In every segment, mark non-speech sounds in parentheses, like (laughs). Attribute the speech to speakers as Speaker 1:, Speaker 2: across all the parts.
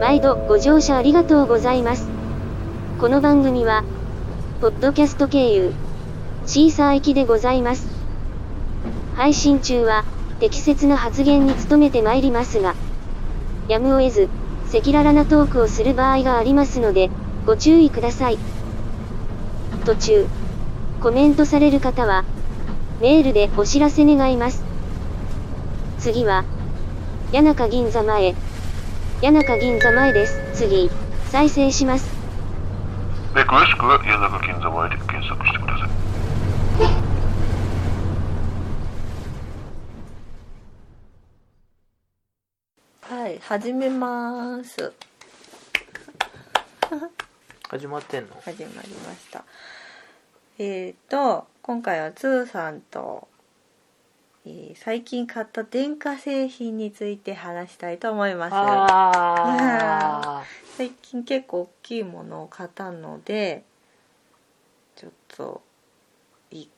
Speaker 1: 毎度ご乗車ありがとうございます。この番組は、ポッドキャスト経由、シーサー行きでございます。配信中は、適切な発言に努めてまいりますが、やむを得ず、赤裸々なトークをする場合がありますので、ご注意ください。途中、コメントされる方は、メールでお知らせ願います。次は、谷中銀座前。谷中銀座前です。次、再生します。
Speaker 2: で、詳しくは谷中銀座前で検索してください。
Speaker 3: はい、始めます。
Speaker 4: 始まってんの
Speaker 3: 始まりました。えっ、ー、と、今回はつーさんと、えー、最近買った電化製品について話したいと思います。最近結構大きいものを買ったので、ちょっと、いい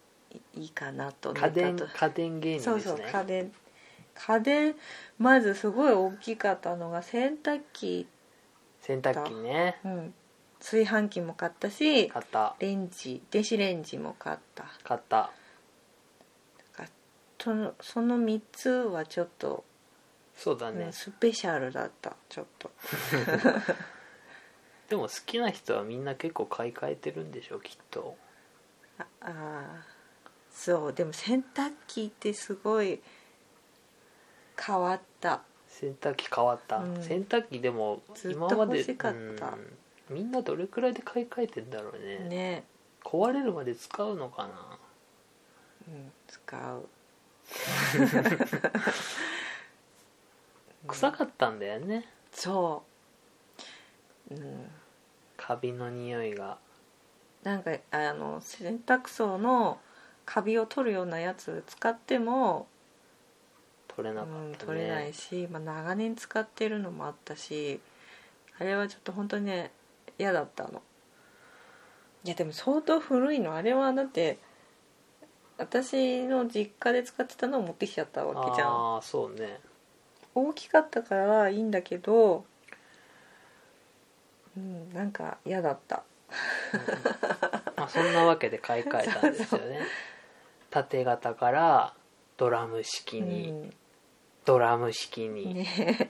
Speaker 3: いいかな
Speaker 4: (laughs)
Speaker 3: と
Speaker 4: 家電家電芸人、ね、
Speaker 3: そうそう家電家電まずすごい大きかったのが洗濯機
Speaker 4: 洗濯機ね、
Speaker 3: うん、炊飯器も買ったし
Speaker 4: 買った
Speaker 3: レンジ電子レンジも買った
Speaker 4: 買った
Speaker 3: そのその3つはちょっと
Speaker 4: そうだね、
Speaker 3: うん、スペシャルだったちょっと
Speaker 4: でも好きな人はみんな結構買い替えてるんでしょきっと
Speaker 3: ああそうでも洗濯機ってすごい変わった
Speaker 4: 洗濯機変わった、うん、洗濯機でも
Speaker 3: 今までずっと欲しかった、
Speaker 4: うん、みんなどれくらいで買い替えてんだろうね
Speaker 3: ね
Speaker 4: 壊れるまで使うのかな
Speaker 3: うん使う
Speaker 4: 臭かったんだよね、うん、
Speaker 3: そう、うん、
Speaker 4: カビの匂いが
Speaker 3: なんかあの洗濯槽のカビを取るようなやつ使っても
Speaker 4: 取れなかった、ねうん、
Speaker 3: 取れないし、まあ、長年使ってるのもあったしあれはちょっと本当にね嫌だったのいやでも相当古いのあれはだって私の実家で使ってたのを持ってきちゃったわけじゃん
Speaker 4: ああそうね
Speaker 3: 大きかったからいいんだけどうんなんか嫌だった、
Speaker 4: うん、まあ、そんなわけで買い替えたんですよね縦型からドラム式に、うん、ドラム式に、
Speaker 3: ね、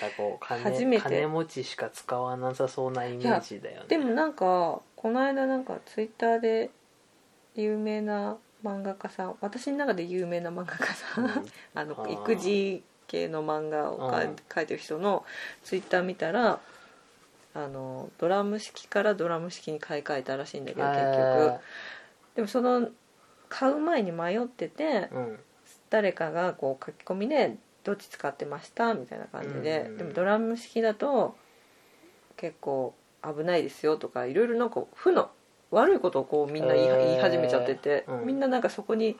Speaker 4: なんかこう金金持ちしか使わなさそうなイメージだよね
Speaker 3: でもなんかこの間なんかツイッターで有名な漫画家さん私の中で有名な漫画家さん、うん、 (laughs) あの育児系の漫画を描、うん、いてる人のツイッター見たらあのドラム式からドラム式に買い替えたらしいんだけど結局でもその買う前に迷ってて、
Speaker 4: うん
Speaker 3: 誰かがこう書き込みで「どっち使ってました?」みたいな感じで、でもドラム式だと結構危ないですよとかいろいろなんか負の悪いことをこうみんな言い,、始めちゃってて、みんななんかそこに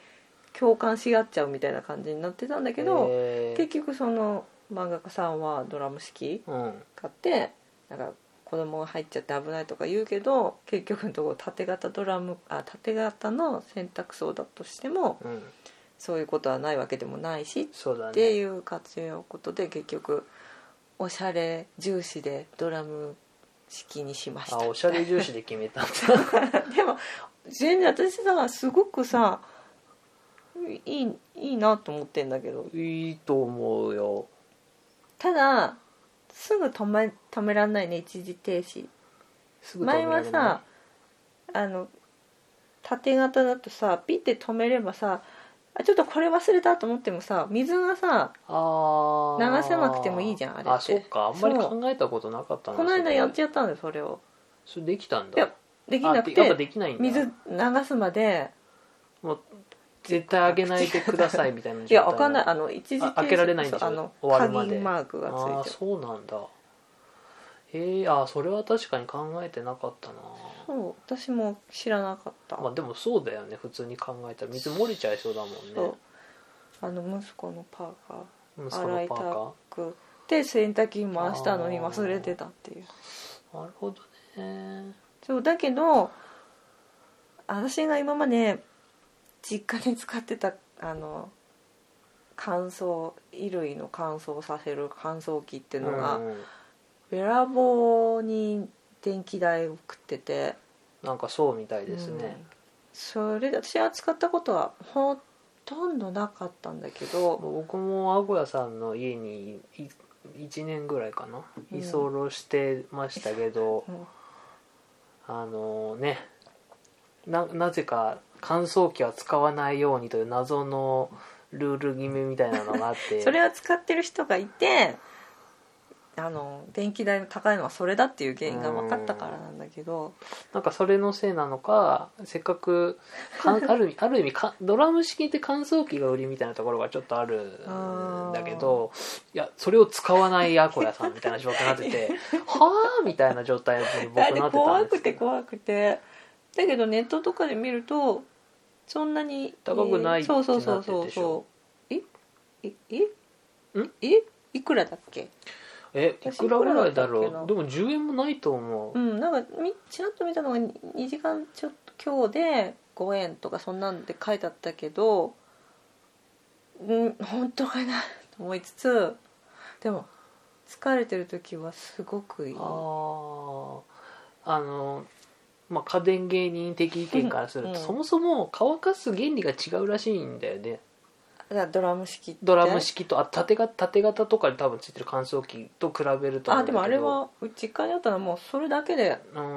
Speaker 3: 共感し合っちゃうみたいな感じになってたんだけど、結局その漫画家さんはドラム式買って、なんか子供が入っちゃって危ないとか言うけど結局のところ縦型ドラムあ縦型の洗濯槽だとしても。そういうことはないわけでもないし、
Speaker 4: ね、
Speaker 3: っていう活用ことで結局おしゃれ重視でドラム式にしました
Speaker 4: あおしゃれ重視で決めたん
Speaker 3: だ (laughs) でも全然私さすごくさいいいいなと思ってんだけど
Speaker 4: いいと思うよ
Speaker 3: ただすぐ止め止めらんないね一時停止前はさあの縦型だとさピッて止めればさあちょっとこれ忘れたと思ってもさ水がさ流せなくてもいいじゃんあれって
Speaker 4: あそっかあんまり考えたことなかった
Speaker 3: なこの間やっちゃったんだよそれを
Speaker 4: それできたんだ
Speaker 3: いやできなくて水流すまで
Speaker 4: もう絶対あげないでくださいみたいな
Speaker 3: いや開かないあの一時停止
Speaker 4: 開けられないんでしょあ
Speaker 3: の鍵マークがついてあ
Speaker 4: そうなんだへえあそれは確かに考えてなかったな
Speaker 3: そう私も知らなかった
Speaker 4: まあでもそうだよね普通に考えたら水漏れちゃいそうだもんね
Speaker 3: あの息子のパーカ
Speaker 4: ー息子のパー
Speaker 3: カーで洗濯機回したのに忘れてたっていう
Speaker 4: なるほどね
Speaker 3: そうだけど私が今まで実家で使ってたあの乾燥衣類の乾燥させる乾燥機っていうのが、べらぼうに電気代を食ってて
Speaker 4: なんかそうみたいです
Speaker 3: うん
Speaker 4: ね、
Speaker 3: それで私は使ったことはほとんどなかったんだけど
Speaker 4: 僕もあごやさんの家にい1年ぐらいかな
Speaker 3: うん
Speaker 4: 居候してましたけど、
Speaker 3: うん
Speaker 4: あのねななぜか乾燥機は使わないようにという謎のルール決めみたいなのがあって
Speaker 3: (laughs) それは使ってる人がいてあの電気代の高いのはそれだっていう原因が分かったからなんだけど
Speaker 4: なんかそれのせいなのかせっかくか
Speaker 3: (laughs)
Speaker 4: んある意味ある意味かドラム式って乾燥機が売りみたいなところがちょっとあるんだけどいやそれを使わないアコヤさんみたいな状態になって
Speaker 3: (laughs)
Speaker 4: てはあみたいな状態に僕な
Speaker 3: だ
Speaker 4: っ
Speaker 3: って
Speaker 4: てたんです
Speaker 3: 怖くて怖くてだけどネットとかで見るとそんなに
Speaker 4: 高くない
Speaker 3: そうそうそう
Speaker 4: ってなってる
Speaker 3: そう
Speaker 4: でしょ
Speaker 3: そうえええ
Speaker 4: ん
Speaker 3: えいくらだっけ
Speaker 4: えいくらぐらいだ
Speaker 3: 私いくらだった
Speaker 4: ろ
Speaker 3: っ
Speaker 4: う
Speaker 3: け
Speaker 4: でも10円もないと思う、
Speaker 3: うんなんかみちらっと見たのが2時間ちょっと今日で5円とかそんなんで書いてあったけどうん本当かなと思いつつでも疲れてる時はすごくいい
Speaker 4: あああのまあ家電芸人的意見からすると、
Speaker 3: うん
Speaker 4: そもそも乾かす原理が違うらしいんだよね
Speaker 3: だからドラム式って
Speaker 4: ドラム式とあ縦が縦型とかで多分ついてる乾燥機と比べると思
Speaker 3: あ
Speaker 4: うんだけど
Speaker 3: でもあれはうち実家にあったのはもうそれだけで買
Speaker 4: あ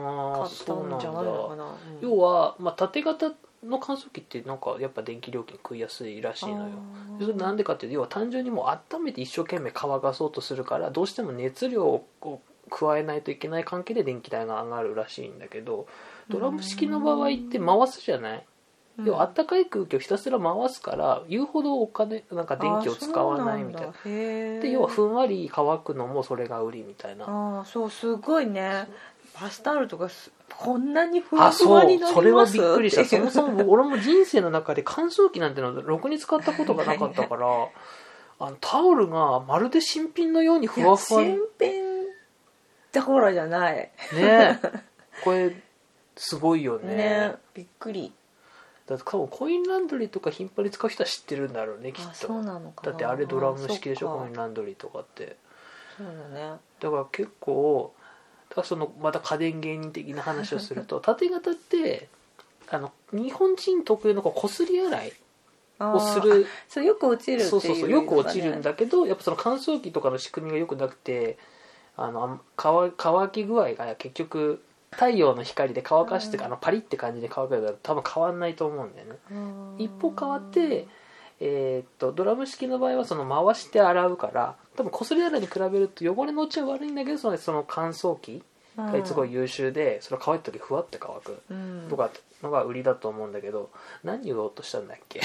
Speaker 4: ー
Speaker 3: ったんじゃないのか
Speaker 4: そうなんだ
Speaker 3: な
Speaker 4: 要は、まあ、縦型の乾燥機ってなんかやっぱ電気料金食いやすいらしいのよ
Speaker 3: あー
Speaker 4: それなんでかっていうと要は単純にもう温めて一生懸命乾かそうとするからどうしても熱量をこう加えないといけない関係で電気代が上がるらしいんだけどドラム式の場合って回すじゃない
Speaker 3: うん
Speaker 4: 要はあったかい空気をひたすら回すから言うほどお金なんか電気を使わないみたい
Speaker 3: あ
Speaker 4: な
Speaker 3: ーそうなんだへー
Speaker 4: で要はふんわり乾くのもそれが売りみたいな
Speaker 3: ああそうすごいねバスタオルとかすこんなにふわ
Speaker 4: あ
Speaker 3: ふ
Speaker 4: そ
Speaker 3: わに
Speaker 4: う
Speaker 3: なります
Speaker 4: それはびっくりした
Speaker 3: て
Speaker 4: そ
Speaker 3: いう
Speaker 4: もそも僕俺も人生の中で乾燥機なんてのはろくに使ったことがなかったからあのタオルがまるで新品のようにふわふわ
Speaker 3: い
Speaker 4: に
Speaker 3: や新品だからじゃない
Speaker 4: ねえこれすごいよね
Speaker 3: ねびっくり
Speaker 4: だって多分コインランドリーとか頻繁に使う人は知ってるんだろうねきっ
Speaker 3: あそう
Speaker 4: と
Speaker 3: なのか
Speaker 4: だ
Speaker 3: な
Speaker 4: ってあれドラム式でしょ
Speaker 3: あそっ
Speaker 4: コ
Speaker 3: か
Speaker 4: インランドリーとかって
Speaker 3: そうだね
Speaker 4: だから結構だからそのまた家電芸人的な話をする
Speaker 3: (laughs)
Speaker 4: と縦型ってあの日本人特有のこうこすり洗い
Speaker 3: あー
Speaker 4: をする
Speaker 3: そうよく落ちるっていう
Speaker 4: そうそうそうよく落ちるん
Speaker 3: だ
Speaker 4: だけどやっぱその乾燥機とかの仕組みがよくなくてあのあん乾乾き具合が結局太陽の光で乾かして、
Speaker 3: うん
Speaker 4: あのパリって感じで乾くようだと多分変わんないと思うんだよね一方変わって、えーっとドラム式の場合はその回して洗うから多分こすり洗いに比べると汚れの落ちは悪いんだけどそのその乾燥機がすごい優秀で、それ乾いた時ふわって乾くと
Speaker 3: 僕
Speaker 4: かのが売りだと思うんだけど何言おうとしたんだっ
Speaker 3: (laughs)
Speaker 4: け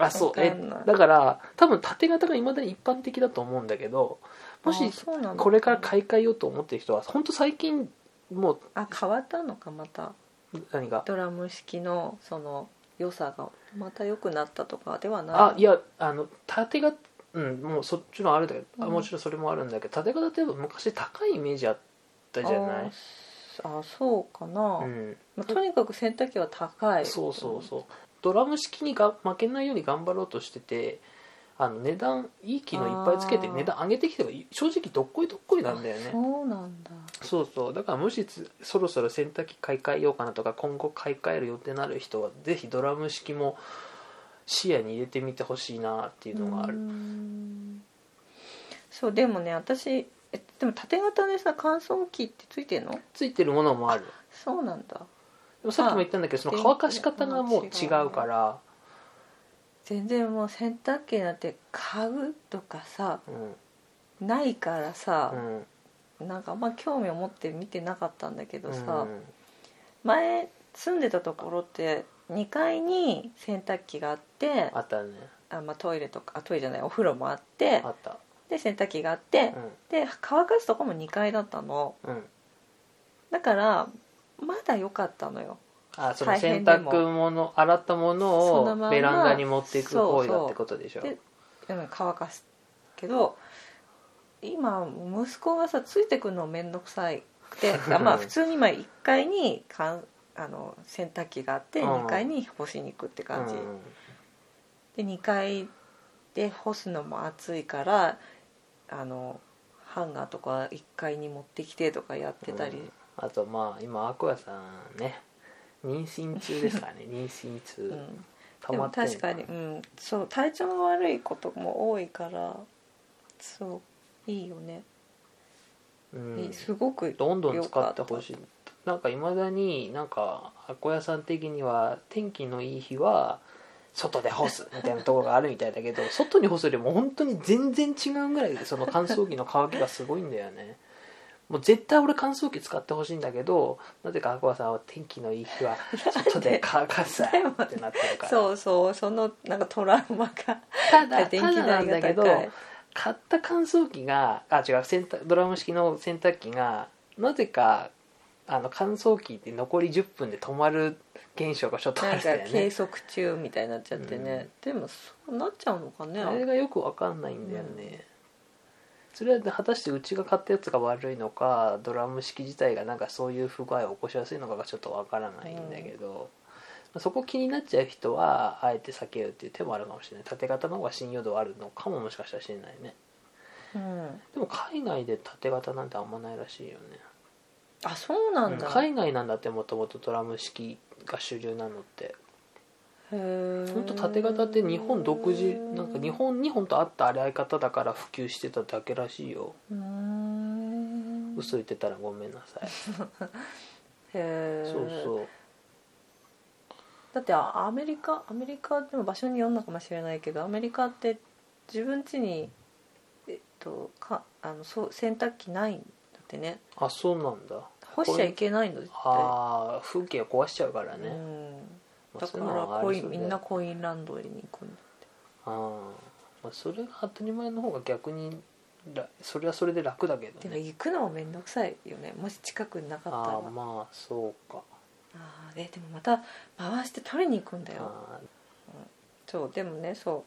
Speaker 4: あそう
Speaker 3: わ
Speaker 4: え
Speaker 3: かんない
Speaker 4: だから多分縦型がいまだに一般的だと思うんだけどもしこれから買い替えようと思ってる人は本当最近も
Speaker 3: あ変わったのかまた
Speaker 4: う何が
Speaker 3: ドラム式のその良さがまた良くなったとかではない
Speaker 4: あいやあの縦型うんもうそっちのあるだけど、あ
Speaker 3: うん
Speaker 4: もちろんそれもあるんだけど縦型ってやっぱ昔高いイメージあったじゃない
Speaker 3: あそうかな、
Speaker 4: うん
Speaker 3: まあとにかく洗濯機は高い
Speaker 4: そうそうそうドラム式にが負けないように頑張ろうとしててあの値段いい機能いっぱいつけて
Speaker 3: あー
Speaker 4: 値段上げてきてが正直どっこいどっこいなんだよね
Speaker 3: そうなんだ
Speaker 4: そうそうだからもしつそろそろ洗濯機買い替えようかなとか今後買い替える予定のある人はぜひドラム式も視野に入れてみてほしいなっていうのがあ
Speaker 3: う
Speaker 4: る
Speaker 3: んそうでもね私えでも縦型でさ乾燥機ってついてんの
Speaker 4: ついてるものもある
Speaker 3: そうなんだ
Speaker 4: でもさっきも言ったんだけどその乾かし方がもう違うから、
Speaker 3: 全然もう洗濯機なんて買うとかさ
Speaker 4: うん
Speaker 3: ないからさ、
Speaker 4: うん
Speaker 3: なんかあんま興味を持って見てなかったんだけど
Speaker 4: う
Speaker 3: さ、
Speaker 4: ん
Speaker 3: 前住んでたところって2階に洗濯機があって
Speaker 4: あったね
Speaker 3: あ、まあ、トイレとかあトイレじゃないお風呂もあって
Speaker 4: あった
Speaker 3: で洗濯機があって、で乾かすとこも2階だったの
Speaker 4: うんうん
Speaker 3: だからまだ良かったのよ
Speaker 4: あその
Speaker 3: 大
Speaker 4: 洗
Speaker 3: 変でも
Speaker 4: 濯物洗ったも
Speaker 3: そ
Speaker 4: の
Speaker 3: のま
Speaker 4: を
Speaker 3: ま
Speaker 4: ベランダに持っていく行為だ
Speaker 3: そうそう
Speaker 4: ってことでしょ
Speaker 3: でうん乾かすけど今息子がさついてくるの面倒くさいくて
Speaker 4: (laughs)
Speaker 3: あまあ普通に今1階にかんあの洗濯機があって
Speaker 4: うん
Speaker 3: 2階に干しに行くって感じ、
Speaker 4: うん
Speaker 3: で2階で干すのも暑いからあのハンガーとか1階に持ってきてとかやってたり、
Speaker 4: あとまあ今アクアさんね妊娠中です
Speaker 3: (laughs)
Speaker 4: からね妊娠
Speaker 3: うん
Speaker 4: 中、た
Speaker 3: で
Speaker 4: ま
Speaker 3: も
Speaker 4: ってんの
Speaker 3: 確かに、うん、そう体調の悪いことも多いからそういいよね、
Speaker 4: うん
Speaker 3: いいすごく
Speaker 4: どんどん使ってほしいなんかいまだになんかアコヤさん的には天気のいい日は外で干すみたいなところがあるみたいだ (laughs) けど外に干すよりも本当に全然違うぐらいその乾燥機の乾きがすごいんだよねもう絶対俺乾燥機使ってほしいんだけどなぜかアコヤさんは天気のいい日は外で乾かすってなってる (laughs) から
Speaker 3: そうそうそのなんかトラウマが
Speaker 4: ただ
Speaker 3: 電
Speaker 4: た
Speaker 3: 気
Speaker 4: だなんだ
Speaker 3: 代
Speaker 4: けど
Speaker 3: が高い
Speaker 4: 買った乾燥機があ違う洗濯ドラム式の洗濯機がなぜかあの乾燥機って残り10分で止まる現象がちょっとあ
Speaker 3: な
Speaker 4: る
Speaker 3: ん
Speaker 4: んだ
Speaker 3: か
Speaker 4: よ
Speaker 3: 計
Speaker 4: ね
Speaker 3: 測中みたいになっちゃってね、でもそうなっちゃうのかね
Speaker 4: あれがよくわかんないんだよね、それは果たしてうちが買ったやつが悪いのかドラム式自体がなんかそういう不具合を起こしやすいのかがちょっとわからないんだけど、まあそこ気になっちゃう人はあえて避けるっていう手もあるかもしれない縦型の方が信用度はあるのかももしかしたらしれないね
Speaker 3: うん
Speaker 4: でも海外で縦型なんてあんまないらしいよね、
Speaker 3: あそうなんだ、
Speaker 4: うん海外なんだってもともとドラム式が主流なのって
Speaker 3: ほ
Speaker 4: ほんと縦型って日本独自なんか日本に本当あった洗い方だから普及してただけらしいよ
Speaker 3: うーん
Speaker 4: 嘘言ってたらごめんなさい
Speaker 3: へえ
Speaker 4: そうそう
Speaker 3: だってあアメリカアメリカでも場所によるのかもしれないけどアメリカって自分家にえっとかあのそう洗濯機ないんだってね
Speaker 4: あそうなんだ
Speaker 3: 干しちゃいけないの絶対
Speaker 4: ああ風景壊しちゃうから
Speaker 3: う
Speaker 4: ね、
Speaker 3: ん
Speaker 4: まあ
Speaker 3: だ
Speaker 4: そ
Speaker 3: か
Speaker 4: ういうの
Speaker 3: ら
Speaker 4: はあ
Speaker 3: コ
Speaker 4: り
Speaker 3: イ
Speaker 4: そう
Speaker 3: ン
Speaker 4: だ
Speaker 3: み
Speaker 4: よ
Speaker 3: んなコインランドリーに行くんだ
Speaker 4: あー、まあ、それが当たり前の方が逆にらそれはそれで楽だけ
Speaker 3: で
Speaker 4: ど
Speaker 3: も
Speaker 4: ね
Speaker 3: 行くのも面倒くさいよねもし近くになかったら
Speaker 4: ああまあそうか
Speaker 3: あーえでもまた回して取りに行くんだよ
Speaker 4: あ
Speaker 3: そうでもねそ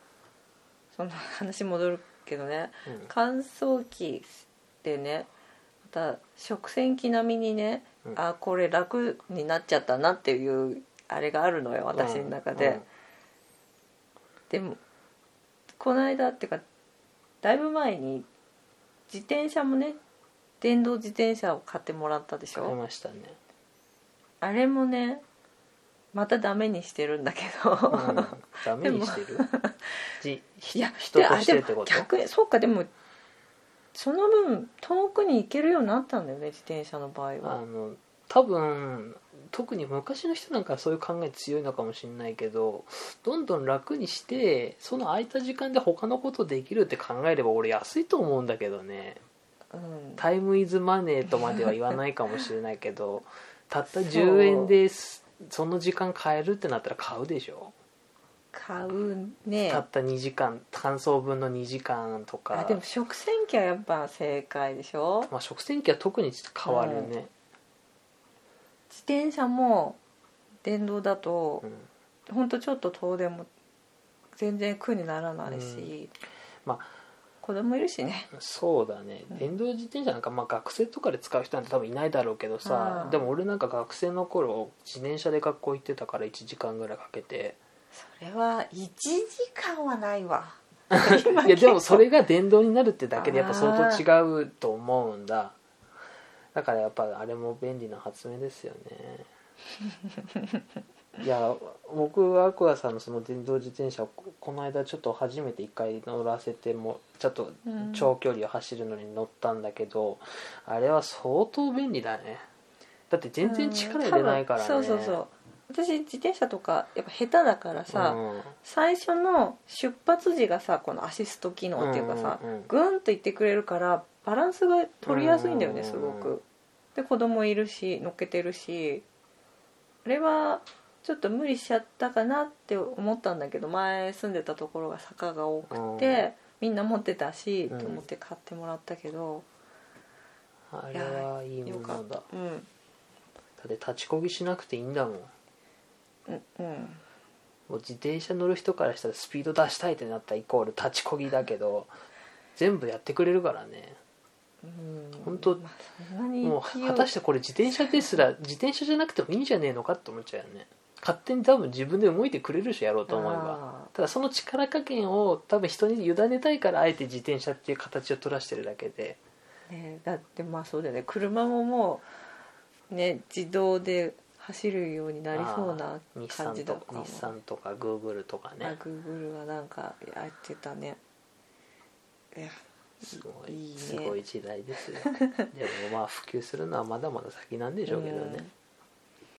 Speaker 3: うその話戻るけどね
Speaker 4: ー、うん
Speaker 3: 乾燥機でねまた食洗機並みにね、
Speaker 4: うん
Speaker 3: あこれ楽になっちゃったなっていうあれがあるのよ私の中で、
Speaker 4: うんうん
Speaker 3: でもこの間っていうかだいぶ前に自転車もね電動自転車を買ってもらったでし
Speaker 4: 買い
Speaker 3: ょ
Speaker 4: ましたね、
Speaker 3: あれもねまたダメにしてるんだけど、
Speaker 4: うん、ダメに
Speaker 3: (laughs)
Speaker 4: してるじひ
Speaker 3: いや
Speaker 4: 人としてってこ
Speaker 3: でも
Speaker 4: と
Speaker 3: 逆にそうかでもその分遠くに行けるようになったんだよね自転車の場合
Speaker 4: あ
Speaker 3: は、
Speaker 4: の多分特に昔の人なんかはそういう考え強いのかもしれないけどどんどん楽にしてその空いた時間で他のことできるって考えれば俺安いと思うんだけどね
Speaker 3: うん、
Speaker 4: タイムイズマネーとまでは言わないかもしれないけど (laughs) たった10円ですその時間買えるってなったら買うでしょ
Speaker 3: 買うね
Speaker 4: たった2時間乾燥分の2時間とか
Speaker 3: あでも食洗機はやっぱ正解でしょ
Speaker 4: まあ、食洗機は特に変わるね、
Speaker 3: 自転車も電動だと
Speaker 4: うん
Speaker 3: ほんとちょっと遠出も全然苦にならないし、
Speaker 4: まあ
Speaker 3: 子供いるしね
Speaker 4: そうだね
Speaker 3: うん
Speaker 4: 電動自転車なんかまあ学生とかで使う人なんて多分いないだろうけどさ、
Speaker 3: うん
Speaker 4: でも俺なんか学生の頃自転車で学校行ってたから1時間ぐらいかけて
Speaker 3: それは1時間はないわ
Speaker 4: (laughs) いやでもそれが電動になるってだけでやっぱ相当違うと思うんだだからやっぱあれも便利な発明ですよ
Speaker 3: (laughs)
Speaker 4: ねいや僕はアクアさんのその電動自転車をここの間ちょっと初めて一回乗らせてもちょっと
Speaker 3: うん
Speaker 4: 長距離を走るのに乗ったんだけど、あれは相当便利だねだって全然力入れないからね
Speaker 3: うん多分そうそうそう私自転車とかやっぱ下手だからさ、
Speaker 4: うん
Speaker 3: 最初の出発時がさこのアシスト機能っていうかさ、
Speaker 4: うんうんうん
Speaker 3: グンと行ってくれるからバランスが取りやすいんだよね
Speaker 4: うん
Speaker 3: すごくで子供いるし乗っけてるしあれはちょっと無理しちゃったかなって思ったんだけど前住んでたところが坂が多くて、みんな持ってたし、
Speaker 4: うん
Speaker 3: と思って買ってもらったけど
Speaker 4: あれはいい
Speaker 3: よ
Speaker 4: もの
Speaker 3: かっ
Speaker 4: だ
Speaker 3: た
Speaker 4: だ
Speaker 3: うん
Speaker 4: って立ちこぎしなくていいんだもん
Speaker 3: うんうん
Speaker 4: もう自転車乗る人からしたらスピード出したいってなったらイコール立ちこぎだけど全部やってくれるからね
Speaker 3: うん
Speaker 4: ほんと
Speaker 3: まあ、そんなに
Speaker 4: もう果たしててこれ自転車ですら自転車じゃなくてもいいんじゃねえのかって思っちゃうよね勝手に多分自分で動いてくれるしやろうと思えばただその力加減を多分人に委ねたいからあえて自転車っていう形を取らせてるだけで
Speaker 3: ねだってまあそうだよね車ももうね自動で走るようになりそうな
Speaker 4: あー日
Speaker 3: 感
Speaker 4: 産
Speaker 3: じだ
Speaker 4: と
Speaker 3: ったか
Speaker 4: か
Speaker 3: も
Speaker 4: 日産とかグーグルとか
Speaker 3: あ
Speaker 4: ね
Speaker 3: グーグルはなんかやってたねいや
Speaker 4: すごい
Speaker 3: いいね
Speaker 4: すごい時代ですよでもまあ普及するのはまだまだ先なんでしょうけどね、